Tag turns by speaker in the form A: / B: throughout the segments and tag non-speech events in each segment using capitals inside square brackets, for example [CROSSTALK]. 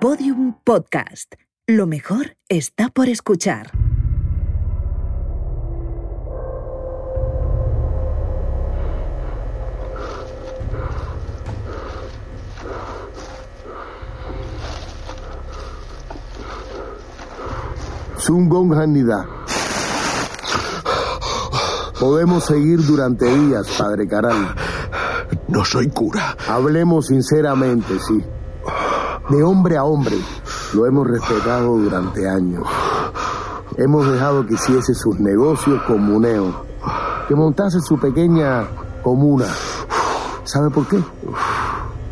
A: Podium Podcast. Lo mejor está por escuchar.
B: Sungong Hanida. Podemos seguir durante días, padre Caral.
C: No soy cura.
B: Hablemos sinceramente, sí. De hombre a hombre, lo hemos respetado durante años. Hemos dejado que hiciese sus negocios comuneo, que montase su pequeña comuna. ¿Sabe por qué?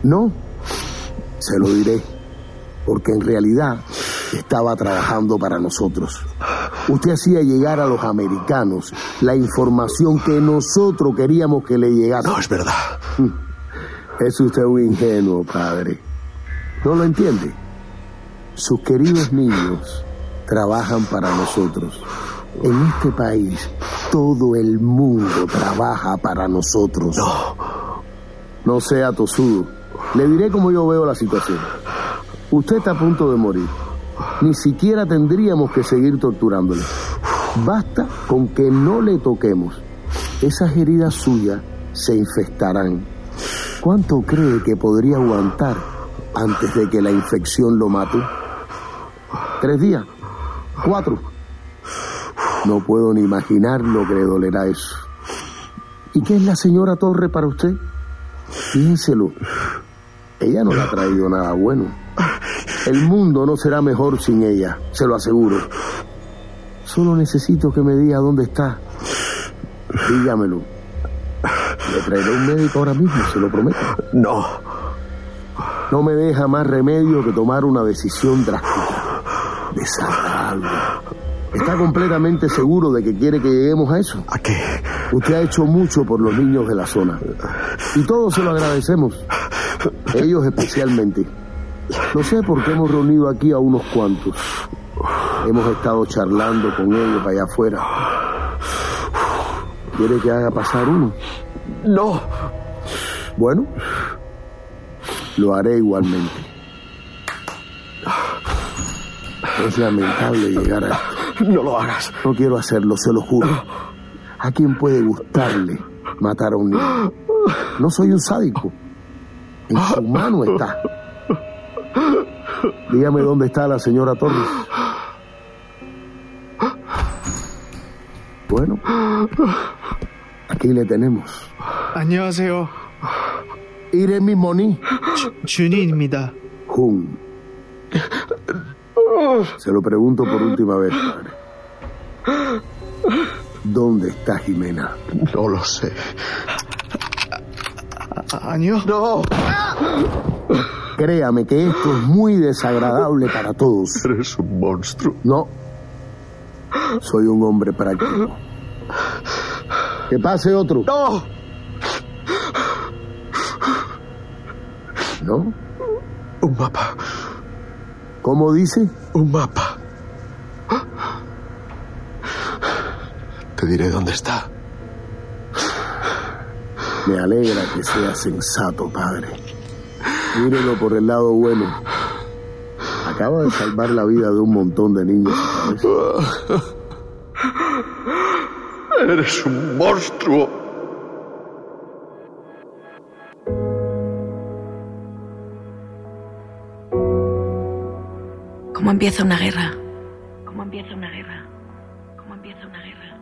B: No, se lo diré, porque en realidad estaba trabajando para nosotros. Usted hacía llegar a los americanos la información que nosotros queríamos que le llegase.
C: No es verdad.
B: Es usted un ingenuo, padre. ¿No lo entiende? Sus queridos niños trabajan para nosotros. En este país, todo el mundo trabaja para nosotros. No. No sea tosudo. Le diré cómo yo veo la situación. Usted está a punto de morir. Ni siquiera tendríamos que seguir torturándole. Basta con que no le toquemos. Esas heridas suyas se infestarán. ¿Cuánto cree que podría aguantar antes de que la infección lo mate? ¿Tres días? ¿Cuatro? No puedo ni imaginar lo que le dolerá eso. ¿Y qué es la señora Torre para usted? Piénselo. Ella no le ha traído nada bueno. El mundo no será mejor sin ella, se lo aseguro. Solo necesito que me diga dónde está. Dígamelo. Le traeré un médico ahora mismo, se lo prometo.
C: No.
B: No me deja más remedio que tomar una decisión drástica. Desata algo. Está completamente seguro de que quiere que lleguemos a eso.
C: ¿A qué?
B: Usted ha hecho mucho por los niños de la zona. Y todos se lo agradecemos. Ellos especialmente. No sé por qué hemos reunido aquí a unos cuantos. Hemos estado charlando con ellos allá afuera. ¿Quiere que haga pasar uno?
C: No.
B: Bueno, lo haré igualmente. Es lamentable llegar a esto.
C: No lo hagas.
B: No quiero hacerlo, se lo juro. ¿A quién puede gustarle matar a un niño? No soy un sádico. En su mano está. Dígame dónde está la señora Torres. Bueno, aquí le tenemos.
D: 안녕하세요.
B: Iremi Moni
D: 준이입니다.
B: Jun. Se lo pregunto por última vez, padre. ¿Dónde está Jimena?
C: No lo sé.
D: 아, 아니요.
C: No.
B: Créame que esto es muy desagradable para todos.
C: Eres un monstruo.
B: No. Soy un hombre práctico. Que pase otro.
C: No.
B: ¿No?
C: Un mapa.
B: ¿Cómo dice?
C: Un mapa. Te diré dónde está.
B: Me alegra que sea sensato, padre. Mírelo por el lado bueno. Acaba de salvar la vida de un montón de niños. ¿sabes?
C: Eres un monstruo.
E: ¿Cómo empieza una guerra? ¿Cómo empieza una guerra? ¿Cómo empieza una guerra?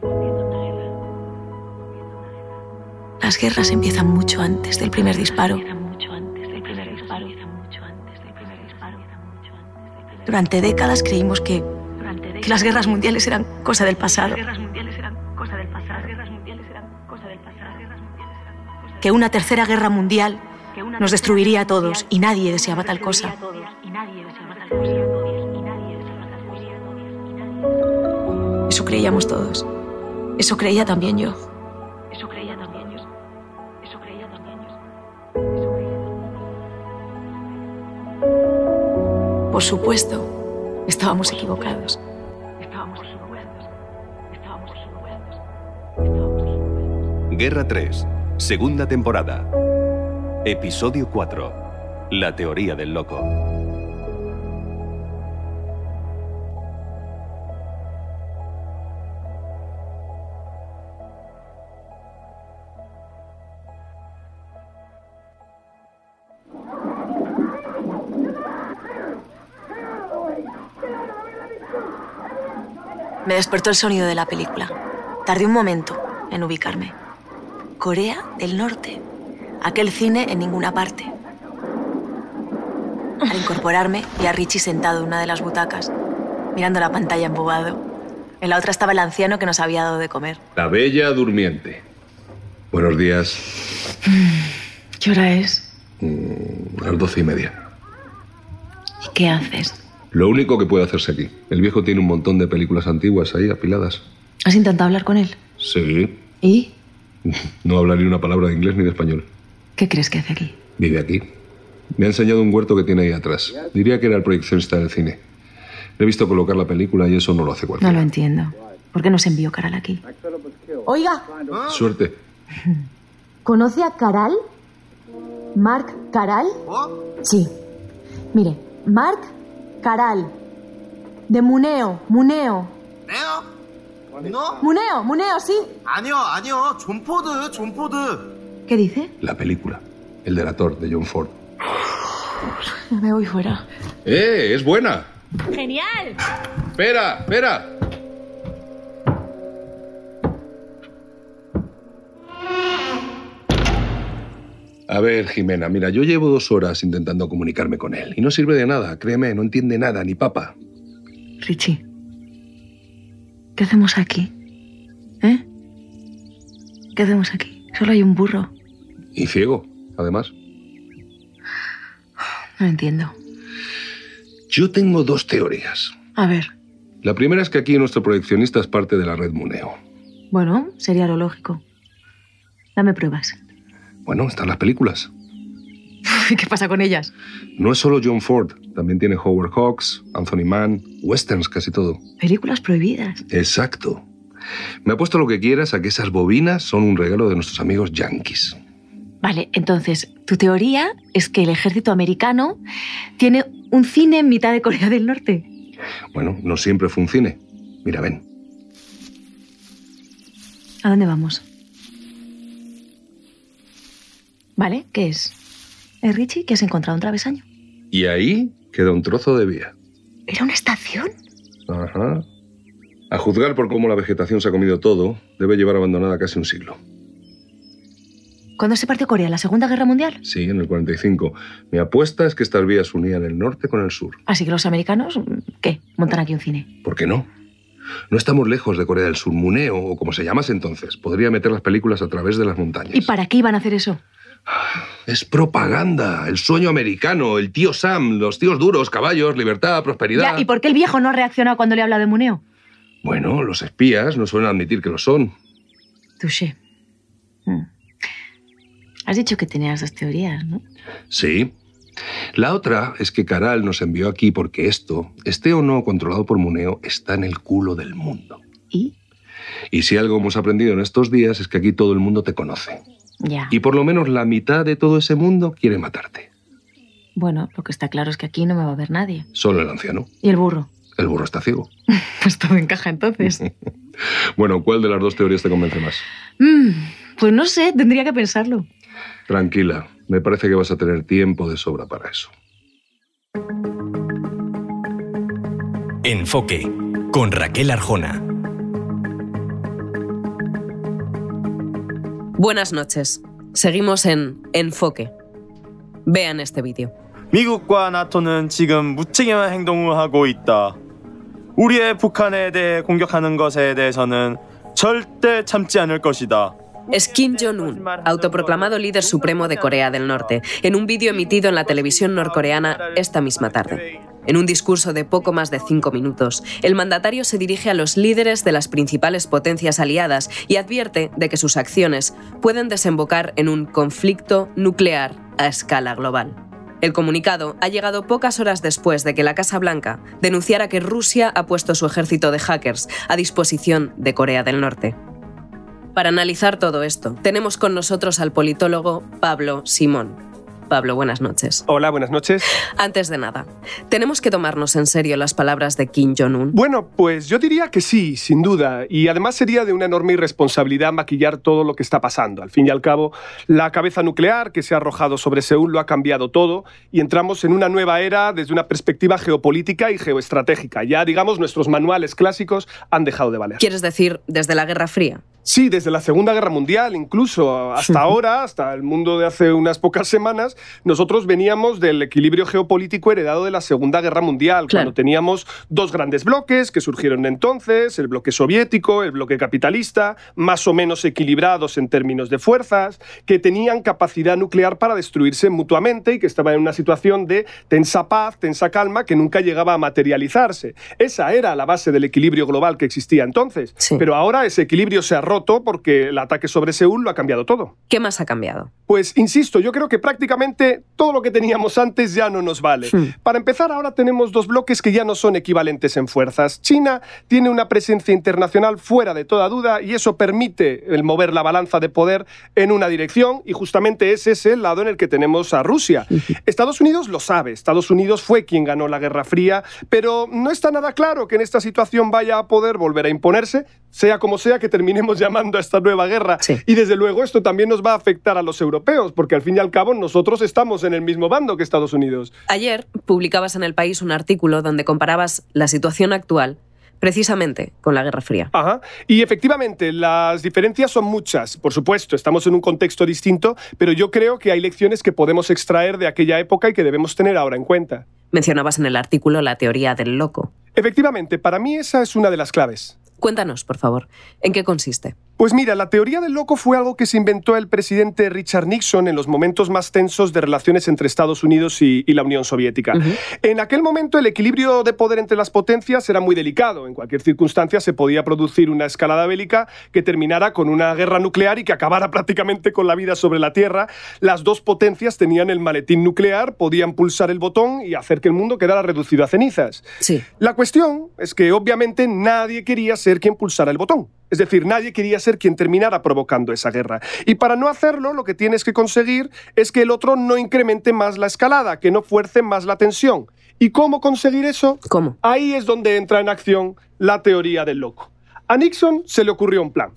E: ¿Cómo empieza una guerra? Las guerras empiezan mucho antes del primer disparo. Durante décadas creímos que, que las guerras mundiales eran cosa del pasado, que una tercera guerra mundial nos destruiría a todos y nadie deseaba tal cosa. Eso creíamos todos. Eso creía también yo. Eso creía también yo. Eso creía también yo. Por supuesto, estábamos equivocados. Estábamos equivocados. Estábamos equivocados. Estábamos equivocados.
F: Guerra 3, segunda temporada. Episodio 4. La teoría del loco.
E: Me despertó el sonido de la película. Tardé un momento en ubicarme. Corea del Norte. Aquel cine en ninguna parte. Al incorporarme, vi a Richie sentado en una de las butacas, mirando la pantalla embobado. En la otra estaba el anciano que nos había dado de comer.
F: La Bella Durmiente. Buenos días,
E: ¿Qué hora es?
F: a las doce y media.
E: ¿Y qué haces?
F: Lo único que puede hacerse aquí. El viejo tiene un montón de películas antiguas ahí apiladas.
E: ¿Has intentado hablar con él?
F: Sí.
E: ¿Y?
F: No habla ni una palabra de inglés ni de español.
E: ¿Qué crees que hace aquí?
F: Vive aquí. Me ha enseñado un huerto que tiene ahí atrás. Diría que era el proyeccionista del cine. Le he visto colocar la película y eso no lo hace
E: No lo
F: cualquiera.
E: entiendo. ¿Por qué nos envió Caral aquí?
G: Oiga,
F: Suerte.
G: ¿conoce a Caral? ¿Mark Caral? Sí. Mire, Mark Caral. De Muneo, Muneo.
H: 네요? 너?
G: Muneo, Muneo, sí.
H: 아니요, 아니요. 존포드, 존포드.
E: ¿Qué dice?
F: La película. El delator de John Ford.
E: Me voy fuera.
F: ¡Eh! ¡Es buena!
I: ¡Genial!
F: ¡Espera! ¡Espera! A ver, Jimena, mira, yo llevo dos horas intentando comunicarme con él y no sirve de nada, créeme, no entiende nada, ni papa.
E: Richie, ¿qué hacemos aquí? ¿Eh? ¿Qué hacemos aquí? Solo hay un burro.
F: Y ciego, además.
E: No lo entiendo.
F: Yo tengo dos teorías.
E: A ver,
F: La primera es que aquí nuestro proyeccionista es parte de la red Muneo.
E: bueno, sería lo lógico. Dame pruebas. [LAUGHS]
F: Bueno, están las películas.
E: ¿Y qué pasa con ellas?
F: No es solo John Ford, también tiene Howard Hawks, Anthony Mann, westerns casi todo.
E: Películas prohibidas.
F: Exacto. Me apuesto lo que quieras a que esas bobinas son un regalo de nuestros amigos yankees.
E: Vale, entonces, tu teoría es que el ejército americano tiene un cine en mitad de Corea del Norte.
F: Bueno, no siempre fue un cine. Mira, ven.
E: ¿A dónde vamos? ¿Vale? ¿Qué es? ¿Es Richie que has encontrado un travesaño?
F: Y ahí queda un trozo de vía.
E: ¿Era una estación?
F: Ajá. A juzgar por cómo la vegetación se ha comido todo, debe llevar abandonada casi un siglo.
E: ¿Cuándo se partió Corea? ¿La Segunda Guerra Mundial?
F: Sí, en el 45. Mi apuesta es que estas vías unían el norte con el sur.
E: Así que los americanos, ¿qué? Montan aquí un cine.
F: ¿Por qué no? No estamos lejos de Corea del Sur. Muneo, o como se llamase entonces, podría meter las películas a través de las montañas.
E: ¿Y para qué iban a hacer eso?
F: Es propaganda, el sueño americano, el tío Sam, los tíos duros, caballos, libertad, prosperidad.
E: Ya, ¿Y por qué el viejo no ha reaccionado cuando le habla de Muneo?
F: Bueno, los espías no suelen admitir que lo son.
E: Touché. Mm. Has dicho que tenías dos teorías, ¿no?
F: Sí. La otra es que Caral nos envió aquí porque esto, esté o no controlado por Muneo, está en el culo del mundo.
E: ¿Y?
F: Y si algo hemos aprendido en estos días es que aquí todo el mundo te conoce.
E: Ya.
F: Y por lo menos la mitad de todo ese mundo quiere matarte.
E: Bueno, lo que está claro es que aquí no me va a ver nadie.
F: Solo el anciano.
E: ¿Y el burro? [LAUGHS]
F: El burro está ciego.
E: Pues todo encaja entonces.
F: Bueno, ¿cuál de las dos teorías te convence más?
E: Mm, pues no sé, tendría que pensarlo.
F: Tranquila, me parece que vas a tener tiempo de sobra para eso.
J: Enfoque con Raquel Arjona.
K: Buenas noches. Seguimos en Enfoque. Vean este vídeo.
H: 미국과 나토는 지금 무책임한 행동을 하고 있다. 우리의 북한에 대해 공격하는 것에 대해서는 절대 참지 않을 것이다.
K: Es Kim Jong-un, autoproclamado líder supremo de Corea del Norte, en un vídeo emitido en la televisión norcoreana esta misma tarde. En un discurso de poco más de cinco minutos, el mandatario se dirige a los líderes de las principales potencias aliadas y advierte de que sus acciones pueden desembocar en un conflicto nuclear a escala global. El comunicado ha llegado pocas horas después de que la Casa Blanca denunciara que Rusia ha puesto su ejército de hackers a disposición de Corea del Norte. Para analizar todo esto, tenemos con nosotros al politólogo Pablo Simón. Pablo, buenas noches.
I: Hola, buenas noches.
K: Antes de nada, tenemos que tomarnos en serio las palabras de Kim Jong-un.
I: Bueno, pues yo diría que sí, sin duda. Y además sería de una enorme irresponsabilidad maquillar todo lo que está pasando. Al fin y al cabo, la cabeza nuclear que se ha arrojado sobre Seúl lo ha cambiado todo y entramos en una nueva era desde una perspectiva geopolítica y geoestratégica. Ya, digamos, nuestros manuales clásicos han dejado de valer.
K: ¿Quieres decir desde la Guerra Fría?
I: Sí, desde la Segunda Guerra Mundial, incluso hasta ahora, hasta el mundo de hace unas pocas semanas, nosotros veníamos del equilibrio geopolítico heredado de la Segunda Guerra Mundial,
K: Claro.
I: cuando teníamos dos grandes bloques que surgieron entonces, el bloque soviético, el bloque capitalista, más o menos equilibrados en términos de fuerzas, que tenían capacidad nuclear para destruirse mutuamente y que estaban en una situación de tensa paz, tensa calma, que nunca llegaba a materializarse. Esa era la base del equilibrio global que existía entonces. Pero ahora ese equilibrio se ha roto porque el ataque sobre Seúl lo ha cambiado todo.
K: ¿Qué más ha cambiado?
I: Pues insisto, yo creo que prácticamente todo lo que teníamos antes ya no nos vale.
K: Sí.
I: Para empezar, ahora tenemos dos bloques que ya no son equivalentes en fuerzas. China tiene una presencia internacional fuera de toda duda y eso permite el mover la balanza de poder en una dirección y justamente ese es el lado en el que tenemos a Rusia. Estados Unidos lo sabe, Estados Unidos fue quien ganó la Guerra Fría, pero no está nada claro que en esta situación vaya a poder volver a imponerse, sea como sea que terminemos llamando a esta nueva guerra. Y desde luego esto también nos va a afectar a los europeos, porque al fin y al cabo nosotros estamos en el mismo bando que Estados Unidos.
K: Ayer publicabas en El País un artículo donde comparabas la situación actual precisamente con la Guerra Fría.
I: Ajá. Y efectivamente, las diferencias son muchas. Por supuesto, estamos en un contexto distinto, pero yo creo que hay lecciones que podemos extraer de aquella época y que debemos tener ahora en cuenta.
K: Mencionabas en el artículo la teoría del loco.
I: Efectivamente, para mí esa es una de las claves.
K: Cuéntanos, por favor, ¿en qué consiste?
I: Pues mira, la teoría del loco fue algo que se inventó el presidente Richard Nixon en los momentos más tensos de relaciones entre Estados Unidos y, y la Unión Soviética. En aquel momento el equilibrio de poder entre las potencias era muy delicado. En cualquier circunstancia se podía producir una escalada bélica que terminara con una guerra nuclear y que acabara [LAUGHS] prácticamente con la vida sobre la Tierra. Las dos potencias tenían el maletín nuclear, podían pulsar el botón y hacer que el mundo quedara reducido a cenizas.
K: Sí.
I: La cuestión es que obviamente nadie quería ser quien pulsara el botón. Es decir, nadie quería ser quien terminara provocando esa guerra. Y para no hacerlo, lo que tienes que conseguir es que el otro no incremente más la escalada, que no fuerce más la tensión. ¿Y cómo conseguir eso?
K: ¿Cómo?
I: Ahí es donde entra en acción la teoría del loco. A Nixon se le ocurrió un plan.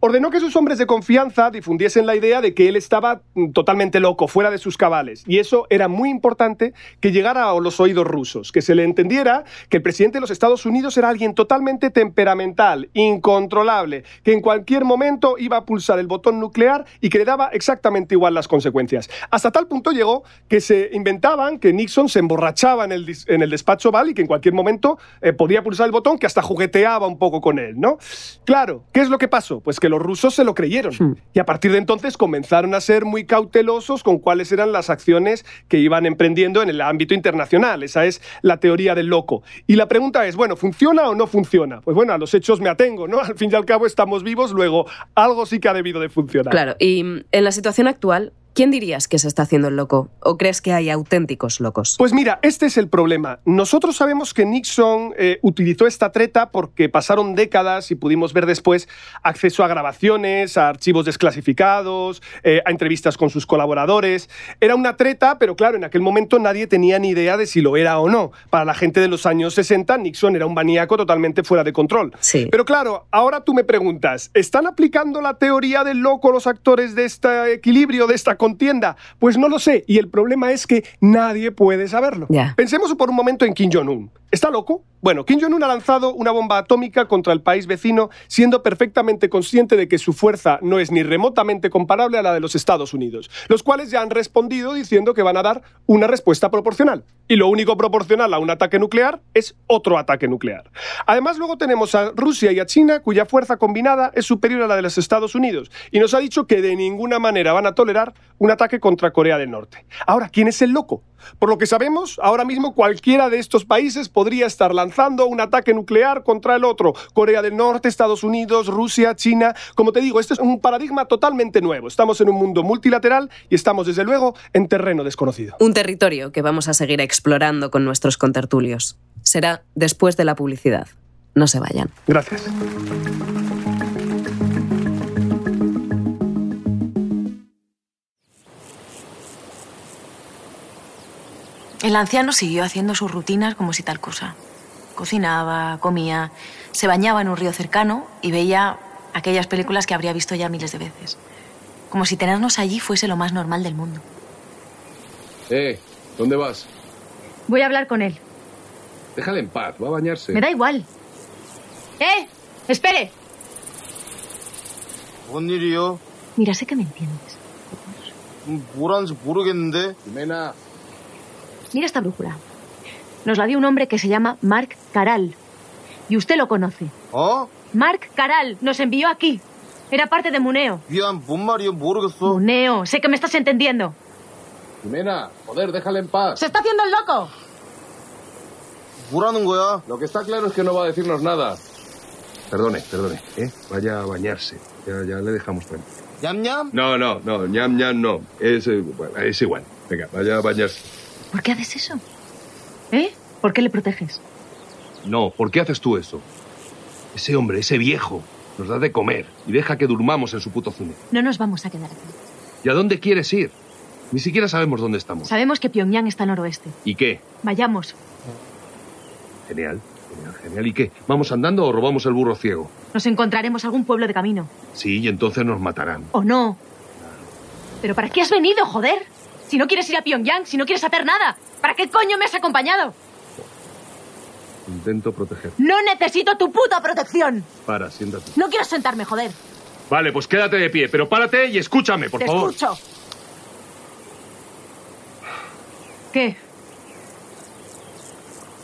I: Ordenó que sus hombres de confianza difundiesen la idea de que él estaba mm, totalmente loco, fuera de sus cabales. Y eso era muy importante que llegara a los oídos rusos, que se le entendiera que el presidente de los Estados Unidos era alguien totalmente temperamental, incontrolable, que en cualquier momento iba a pulsar el botón nuclear y que le daba exactamente igual las consecuencias. Hasta tal punto llegó que se inventaban que Nixon se emborrachaba en el, dis- en el despacho Oval y que en cualquier momento eh, podía pulsar el botón, que hasta jugueteaba un poco con él, ¿no? Claro, ¿qué es lo que pasó? Pues que los rusos se lo creyeron y a partir de entonces comenzaron a ser muy cautelosos con cuáles eran las acciones que iban emprendiendo en el ámbito internacional. Esa es la teoría del loco. Y la pregunta es, bueno, ¿funciona o no funciona? Pues bueno, a los hechos me atengo, ¿no? [LAUGHS] Al fin y al cabo estamos vivos, luego algo sí que ha debido de funcionar.
K: Claro, y mm, en la situación actual, ¿quién dirías que se está haciendo el loco? ¿O crees que hay auténticos locos?
I: Pues mira, este es el problema. Nosotros sabemos que Nixon eh, utilizó esta treta porque pasaron décadas y pudimos ver después acceso a grabaciones, a archivos desclasificados, eh, a entrevistas con sus colaboradores. Era una treta, pero claro, en aquel momento nadie tenía ni idea de si lo era o no. Para la gente de los años 60, Nixon era un maníaco totalmente fuera de control. Pero claro, ahora tú me preguntas, ¿están aplicando la teoría del loco los actores de este equilibrio, de esta contienda? Pues no lo sé, y el problema es que nadie puede saberlo.
K: Ya.
I: Pensemos por un momento en Kim Jong-un. ¿Está loco? Bueno, Kim Jong-un ha lanzado una bomba atómica contra el país vecino, siendo perfectamente consciente de que su fuerza no es ni remotamente comparable a la de los Estados Unidos, los cuales ya han respondido diciendo que van a dar una respuesta proporcional. Y lo único proporcional a un ataque nuclear es otro ataque nuclear. Además, luego tenemos a Rusia y a China, cuya fuerza combinada es superior a la de los Estados Unidos, y nos ha dicho que de ninguna manera van a tolerar un ataque contra Corea del Norte. Ahora, ¿quién es el loco? Por lo que sabemos, ahora mismo cualquiera de estos países podría estar lanzando un ataque nuclear contra el otro. Corea del Norte, Estados Unidos, Rusia, China. Como te digo, este es un paradigma totalmente nuevo. Estamos en un mundo multilateral y estamos, desde luego, en terreno desconocido.
K: Un territorio que vamos a seguir explorando con nuestros contertulios. Será después de la publicidad. No se vayan.
I: Gracias.
E: El anciano siguió haciendo sus rutinas como si tal cosa. Cocinaba, comía, se bañaba en un río cercano y veía aquellas películas que habría visto ya miles de veces. Como si tenernos allí fuese lo más normal del mundo.
F: Eh, ¿dónde vas?
G: Voy a hablar con él.
F: Déjale en paz, va a bañarse.
G: Me da igual. ¡Eh! ¡Espere!
L: 뭔 일이요?
E: Mira, sé que me entiendes.
L: 음, 뭐라는지 모르겠는데. 메나.
G: Mira esta brújula. Nos la dio un hombre que se llama Mark Caral. Y usted lo conoce.
L: 어?
G: Mark Caral nos envió aquí. Era parte de Muneo.
L: 미안, 뭔 말이요? 모르겠어.
G: Muneo, sé que me estás entendiendo.
F: Jimena, joder, déjale en paz.
G: ¡Se está haciendo el loco!
L: 뭐라는 거야?
F: Lo que está claro es que no va a decirnos nada. Perdone, perdone, ¿eh? Vaya a bañarse. Ya, ya le dejamos tranquilo.
L: 냠냠?
F: No, no, no, ñam, ñam, no. Es, eh, bueno, es igual. Venga, vaya a bañarse.
E: ¿Por qué haces eso? ¿Eh? ¿Por qué le proteges?
F: No, ¿por qué haces tú eso? Ese hombre, ese viejo, nos da de comer y deja que durmamos en su puto cine.
E: No nos vamos a quedar aquí.
F: ¿Y a dónde quieres ir? Ni siquiera sabemos dónde estamos.
E: Sabemos que Pyongyang está al noroeste.
F: ¿Y qué?
E: Vayamos.
F: Genial, genial, genial. ¿Y qué? ¿Vamos andando o robamos el burro ciego?
E: Nos encontraremos algún pueblo de camino.
F: Sí, y entonces nos matarán.
E: ¿O no? ¿Pero para qué has venido, joder? Si no quieres ir a Pyongyang, si no quieres hacer nada, ¿para qué coño me has acompañado?
F: Intento proteger.
G: No necesito tu puta protección.
F: Para, siéntate.
G: No quiero sentarme, joder.
F: Vale, pues quédate de pie, pero párate y escúchame, por
G: Te
F: favor.
G: escucho. ¿Qué?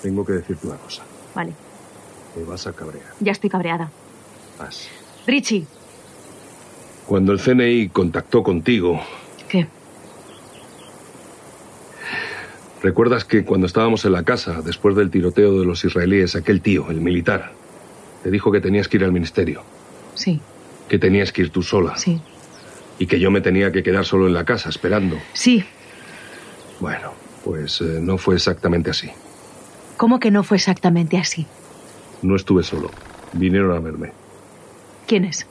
F: Tengo que decirte una cosa.
E: Vale,
F: Te vas a cabrear
E: ya estoy cabreada.
F: más.
E: Richie,
F: Cuando el CNI contactó contigo.
E: ¿Qué?
F: ¿Recuerdas que cuando estábamos en la casa, después del tiroteo de los israelíes, aquel tío, el militar, te dijo que tenías que ir al ministerio?
E: Sí.
F: Que tenías que ir tú sola.
E: Sí.
F: Y que yo me tenía que quedar solo en la casa, esperando.
E: Sí.
F: Bueno, pues eh, no fue exactamente así.
E: ¿Cómo que no fue exactamente así?
F: No estuve solo. Vinieron a verme.
E: ¿Quién es?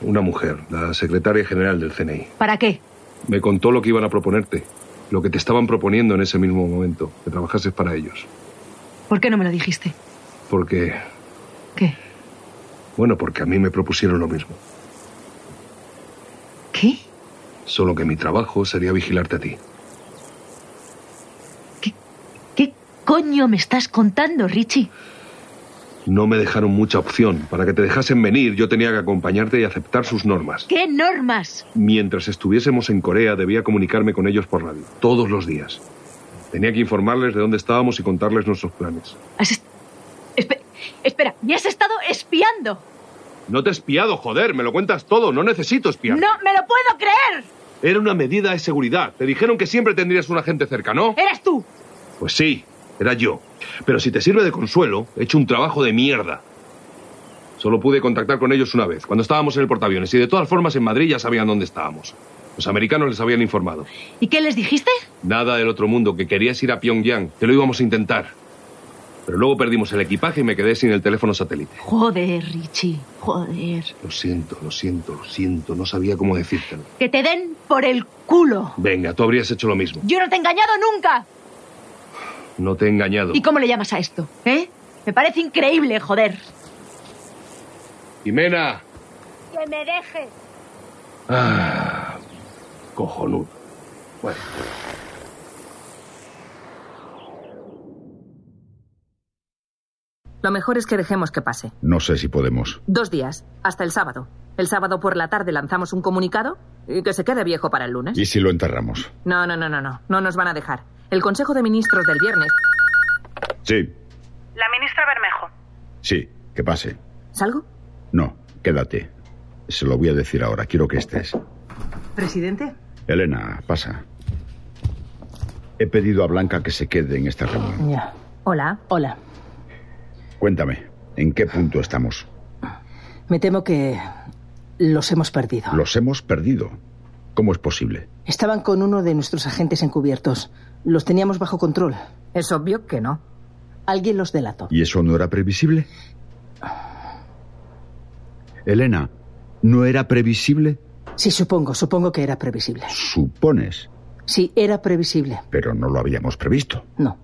F: Una mujer, la secretaria general del CNI.
E: ¿Para qué?
F: Me contó lo que iban a proponerte, lo que te estaban proponiendo en ese mismo momento, que trabajases para ellos.
E: ¿Por qué no me lo dijiste?
F: Porque...
E: ¿Qué?
F: Bueno, porque a mí me propusieron lo mismo.
E: ¿Qué?
F: Solo que mi trabajo sería vigilarte a ti.
E: ¿Qué coño me estás contando, Richie?
F: No me dejaron mucha opción. Para que te dejasen venir, yo tenía que acompañarte y aceptar sus normas.
E: ¿Qué normas?
F: Mientras estuviésemos en Corea, debía comunicarme con ellos por radio, todos los días. Tenía que informarles de dónde estábamos y contarles nuestros planes.
G: Espera, ¿me has estado espiando?
F: No te he espiado, joder, me lo cuentas todo, no necesito espiar.
G: ¡No me lo puedo creer!
F: Era una medida de seguridad. Te dijeron que siempre tendrías un agente cerca, ¿no?
G: ¡Eres tú!
F: Pues sí, era yo. Pero si te sirve de consuelo, he hecho un trabajo de mierda. Solo pude contactar con ellos una vez, cuando estábamos en el portaaviones, y de todas formas en Madrid ya sabían dónde estábamos. Los americanos les habían informado.
E: ¿Y qué les dijiste?
F: Nada del otro mundo, que querías ir a Pyongyang, que lo íbamos a intentar. Pero luego perdimos el equipaje y me quedé sin el teléfono satélite.
E: Joder, Richie, joder.
F: Lo siento, lo siento, lo siento, no sabía cómo decírtelo.
G: Que te den por el culo.
F: Venga, tú habrías hecho lo mismo.
G: Yo no te he engañado nunca.
F: No te he engañado.
G: ¿Y cómo le llamas a esto? ¿Eh? Me parece increíble, joder.
F: Jimena.
G: Que me dejes.
F: Ah, cojonudo. Bueno.
M: Lo mejor es que dejemos que pase.
N: No sé si podemos.
M: Dos días, hasta el sábado. El sábado por la tarde lanzamos un comunicado y que se quede viejo para el lunes.
N: ¿Y si lo enterramos?
M: No, no, no, no, no. No nos van a dejar. El Consejo de Ministros del viernes.
N: Sí,
O: La ministra Bermejo.
N: sí, que pase.
M: ¿Salgo?
N: No, quédate. Se lo voy a decir ahora, quiero que estés.
P: Presidente,
N: Elena, pasa. He pedido a Blanca que se quede en este esta reunión.
P: Ya.
M: Hola.
P: Hola.
N: Cuéntame, ¿en qué punto estamos?
P: Me temo que los hemos perdido.
N: Los hemos perdido. ¿Cómo es posible?
P: Estaban con uno de nuestros agentes encubiertos. Los teníamos bajo control.
M: Es obvio que no.
P: Alguien los delató.
N: ¿Y eso no era previsible? Elena, ¿no era previsible?
P: Sí, supongo, supongo que era previsible.
N: Supones.
P: Sí, era previsible.
N: Pero no lo habíamos previsto.
P: No.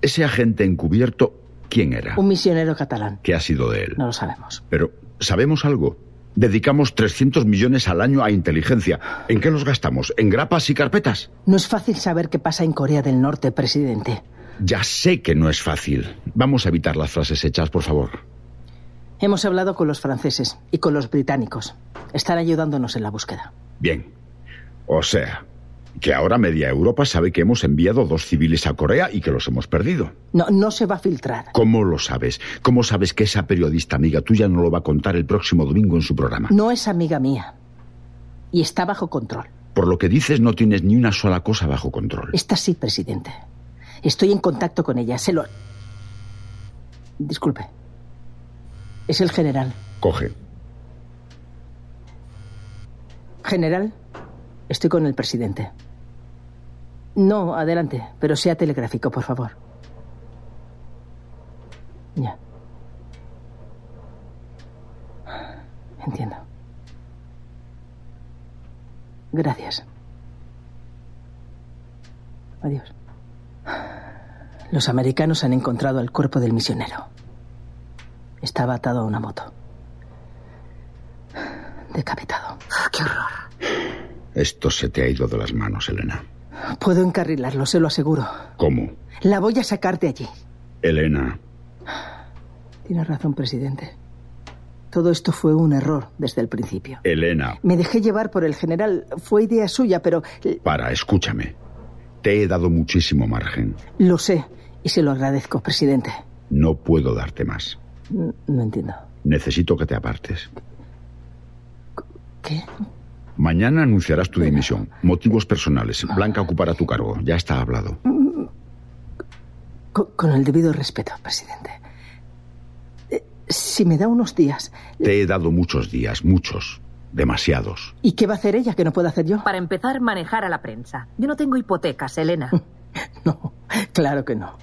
N: Ese agente encubierto, ¿quién era?
P: Un misionero catalán.
N: ¿Qué ha sido de él?
P: No lo sabemos.
N: Pero, ¿sabemos algo? Dedicamos 300 millones al año a inteligencia. ¿En qué los gastamos? ¿En grapas y carpetas?
P: No es fácil saber qué pasa en Corea del Norte, presidente.
N: Ya sé que no es fácil. Vamos a evitar las frases hechas, por favor.
P: Hemos hablado con los franceses y con los británicos. Están ayudándonos en la búsqueda.
N: Bien. O sea, que ahora media Europa sabe que hemos enviado dos civiles a Corea y que los hemos perdido.
P: No, no se va a filtrar.
N: ¿Cómo lo sabes? ¿Cómo sabes que esa periodista amiga tuya no lo va a contar el próximo domingo en su programa?
P: No es amiga mía. Y está bajo control.
N: Por lo que dices, no tienes ni una sola cosa bajo control.
P: Esta sí, presidente. Estoy en contacto con ella. Se lo... Disculpe. Es el general.
N: Coge.
P: General, estoy con el presidente. No, adelante, pero sea telegráfico, por favor. Ya. Entiendo. Gracias. Adiós. Los americanos han encontrado el cuerpo del misionero. Estaba atado a una moto. Decapitado.
M: ¡Qué horror!
N: Esto se te ha ido de las manos, Elena.
P: Puedo encarrilarlo, se lo aseguro.
N: ¿Cómo?
P: La voy a sacar de allí.
N: Elena.
P: Tienes razón, presidente. Todo esto fue un error desde el principio.
N: Elena.
P: Me dejé llevar por el general. Fue idea suya, pero...
N: Para, escúchame. Te he dado muchísimo margen.
P: Lo sé, y se lo agradezco, presidente.
N: No puedo darte más.
P: No, no entiendo.
N: Necesito que te apartes.
P: ¿Qué?
N: Mañana anunciarás tu dimisión. Motivos personales. Blanca ocupará tu cargo. Ya está hablado.
P: Con, con el debido respeto, presidente. Eh, Si me da unos días.
N: Te he dado muchos días, muchos. Demasiados.
P: ¿Y qué va a hacer ella que no puedo hacer yo?
M: Para empezar, manejar a la prensa. Yo no tengo hipotecas, Elena.
P: Claro que no.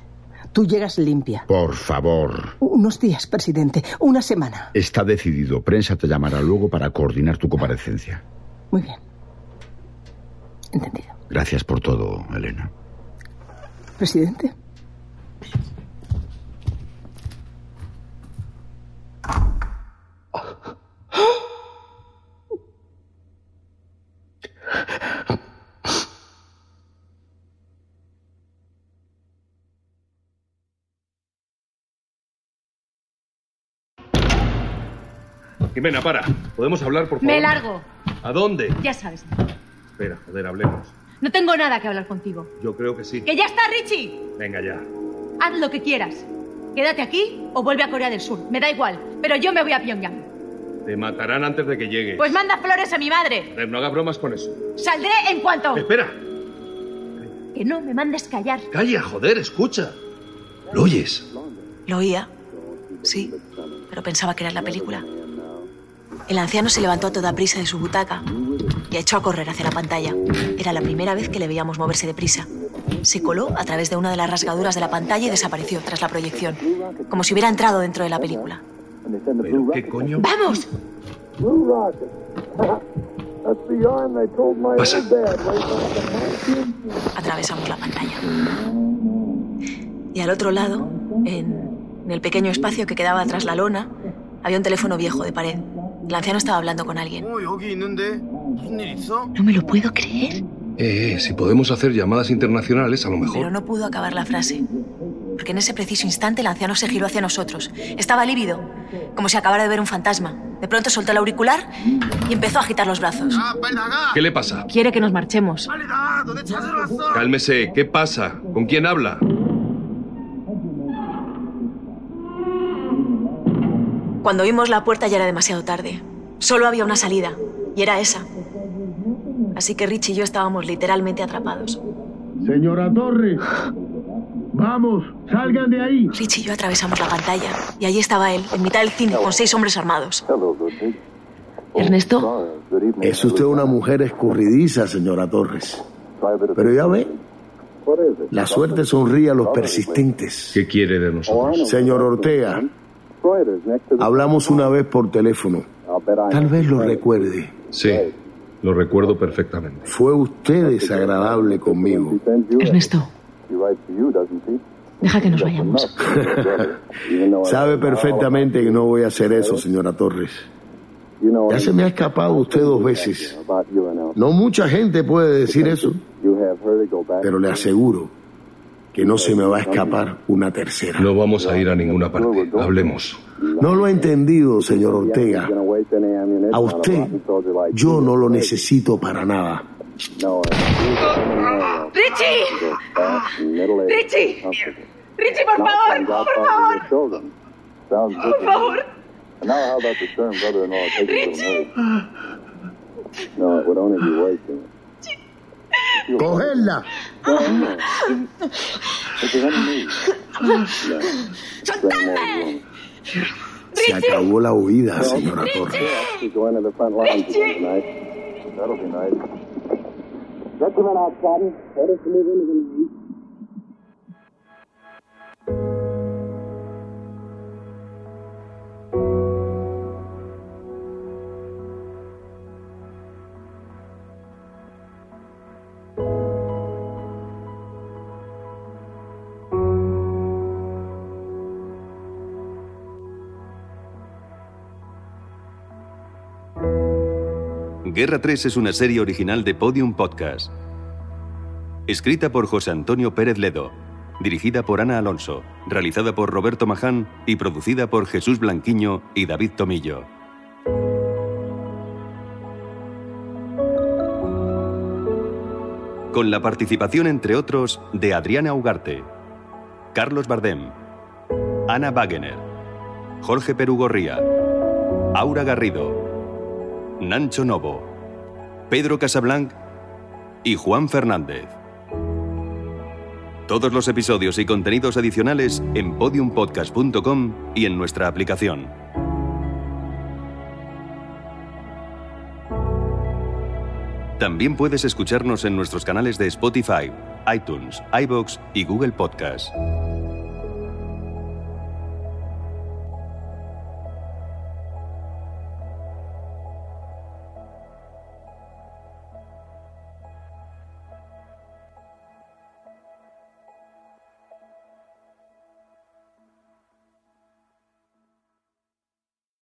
P: Tú llegas limpia.
N: Por favor.
P: Unos días, presidente. Una semana.
N: Está decidido. Prensa te llamará luego para coordinar tu comparecencia.
P: Muy bien.
N: Gracias por todo, Elena.
P: Presidente.
F: Jimena, para. ¿Podemos hablar, por favor?
G: Me largo.
F: ¿A dónde?
G: Ya sabes.
F: Espera, joder, hablemos.
G: No tengo nada que hablar contigo.
F: Yo creo que sí.
G: ¡Que ya está, Richie!
F: Venga ya.
G: Haz lo que quieras. Quédate aquí o vuelve a Corea del Sur. Me da igual. Pero yo me voy a Pyongyang.
F: Te matarán antes de que llegue.
G: Pues manda flores a mi madre.
F: Joder, no haga bromas con eso.
G: Saldré en cuanto.
F: Espera.
G: Que no me mandes callar.
F: Calla, joder, escucha. ¿Lo oyes?
E: Lo oía, sí, pero pensaba que era la película. El anciano se levantó a toda prisa de su butaca y echó a correr hacia la pantalla. Era la primera vez que le veíamos moverse deprisa. Se coló a través de una de las rasgaduras de la pantalla y desapareció tras la proyección, como si hubiera entrado dentro de la película.
F: ¿Pero qué coño?
E: ¡Vamos!
F: Pasa.
E: Atravesamos la pantalla. Y al otro lado, en, en el pequeño espacio que quedaba tras la lona, había un teléfono viejo de pared. El anciano estaba hablando con alguien. No me lo puedo creer.
F: Eh, eh, si podemos hacer llamadas internacionales, a lo
E: Pero
F: mejor.
E: no pudo acabar la frase, porque en ese preciso instante el anciano se giró hacia nosotros. Estaba lívido, como si acabara de ver un fantasma. De pronto soltó el auricular y empezó a agitar los brazos.
F: ¿Qué le pasa?
E: Quiere que nos marchemos.
F: Cálmese, ¿qué pasa? ¿Con quién habla?
E: Cuando vimos la puerta ya era demasiado tarde. Solo había una salida, y era esa. Así que Rich y yo estábamos literalmente atrapados.
B: Señora Torres, vamos, salgan de ahí.
E: Rich y yo atravesamos la pantalla, y allí estaba él, en mitad del cine, con seis hombres armados. Ernesto.
B: Es usted una mujer escurridiza, señora Torres. Pero ya ve, la suerte sonríe a los persistentes.
F: ¿Qué quiere de nosotros?
B: Señor Ortega, hablamos una vez por teléfono. Tal vez lo recuerde.
F: Sí. Lo recuerdo perfectamente.
B: Fue usted desagradable conmigo.
E: Ernesto. Deja que nos vayamos.
B: Sabe perfectamente que no voy a hacer eso, señora Torres. Ya se me ha escapado usted dos veces. No mucha gente puede decir eso, pero le aseguro que no se me va a escapar una tercera.
F: No vamos a ir a ninguna parte. Hablemos.
B: No lo he entendido, señor Ortega. A usted yo no lo necesito para nada.
Q: ¡Richie! ¡Richie! ¡Richie, por favor! ¡Por favor! ¡Por favor! ¡Richie!
B: ¡Cogerla!
Q: ¡Soltadme!
B: Se acabó la huida, señora Torres.
R: Guerra 3 es una serie original de Podium Podcast. Escrita por José Antonio Pérez Ledo. Dirigida por Ana Alonso. Realizada por Roberto Maján y producida por Jesús Blanquiño y David Tomillo. Con la participación, entre otros, de Adriana Ugarte, Carlos Bardem, Ana Wagener, Jorge Perugorría, Aura Garrido. Nancho Novo, Pedro Casablanc y Juan Fernández. Todos los episodios y contenidos adicionales en podiumpodcast.com y en nuestra aplicación. También puedes escucharnos en nuestros canales de Spotify, iTunes, iBox y Google Podcast.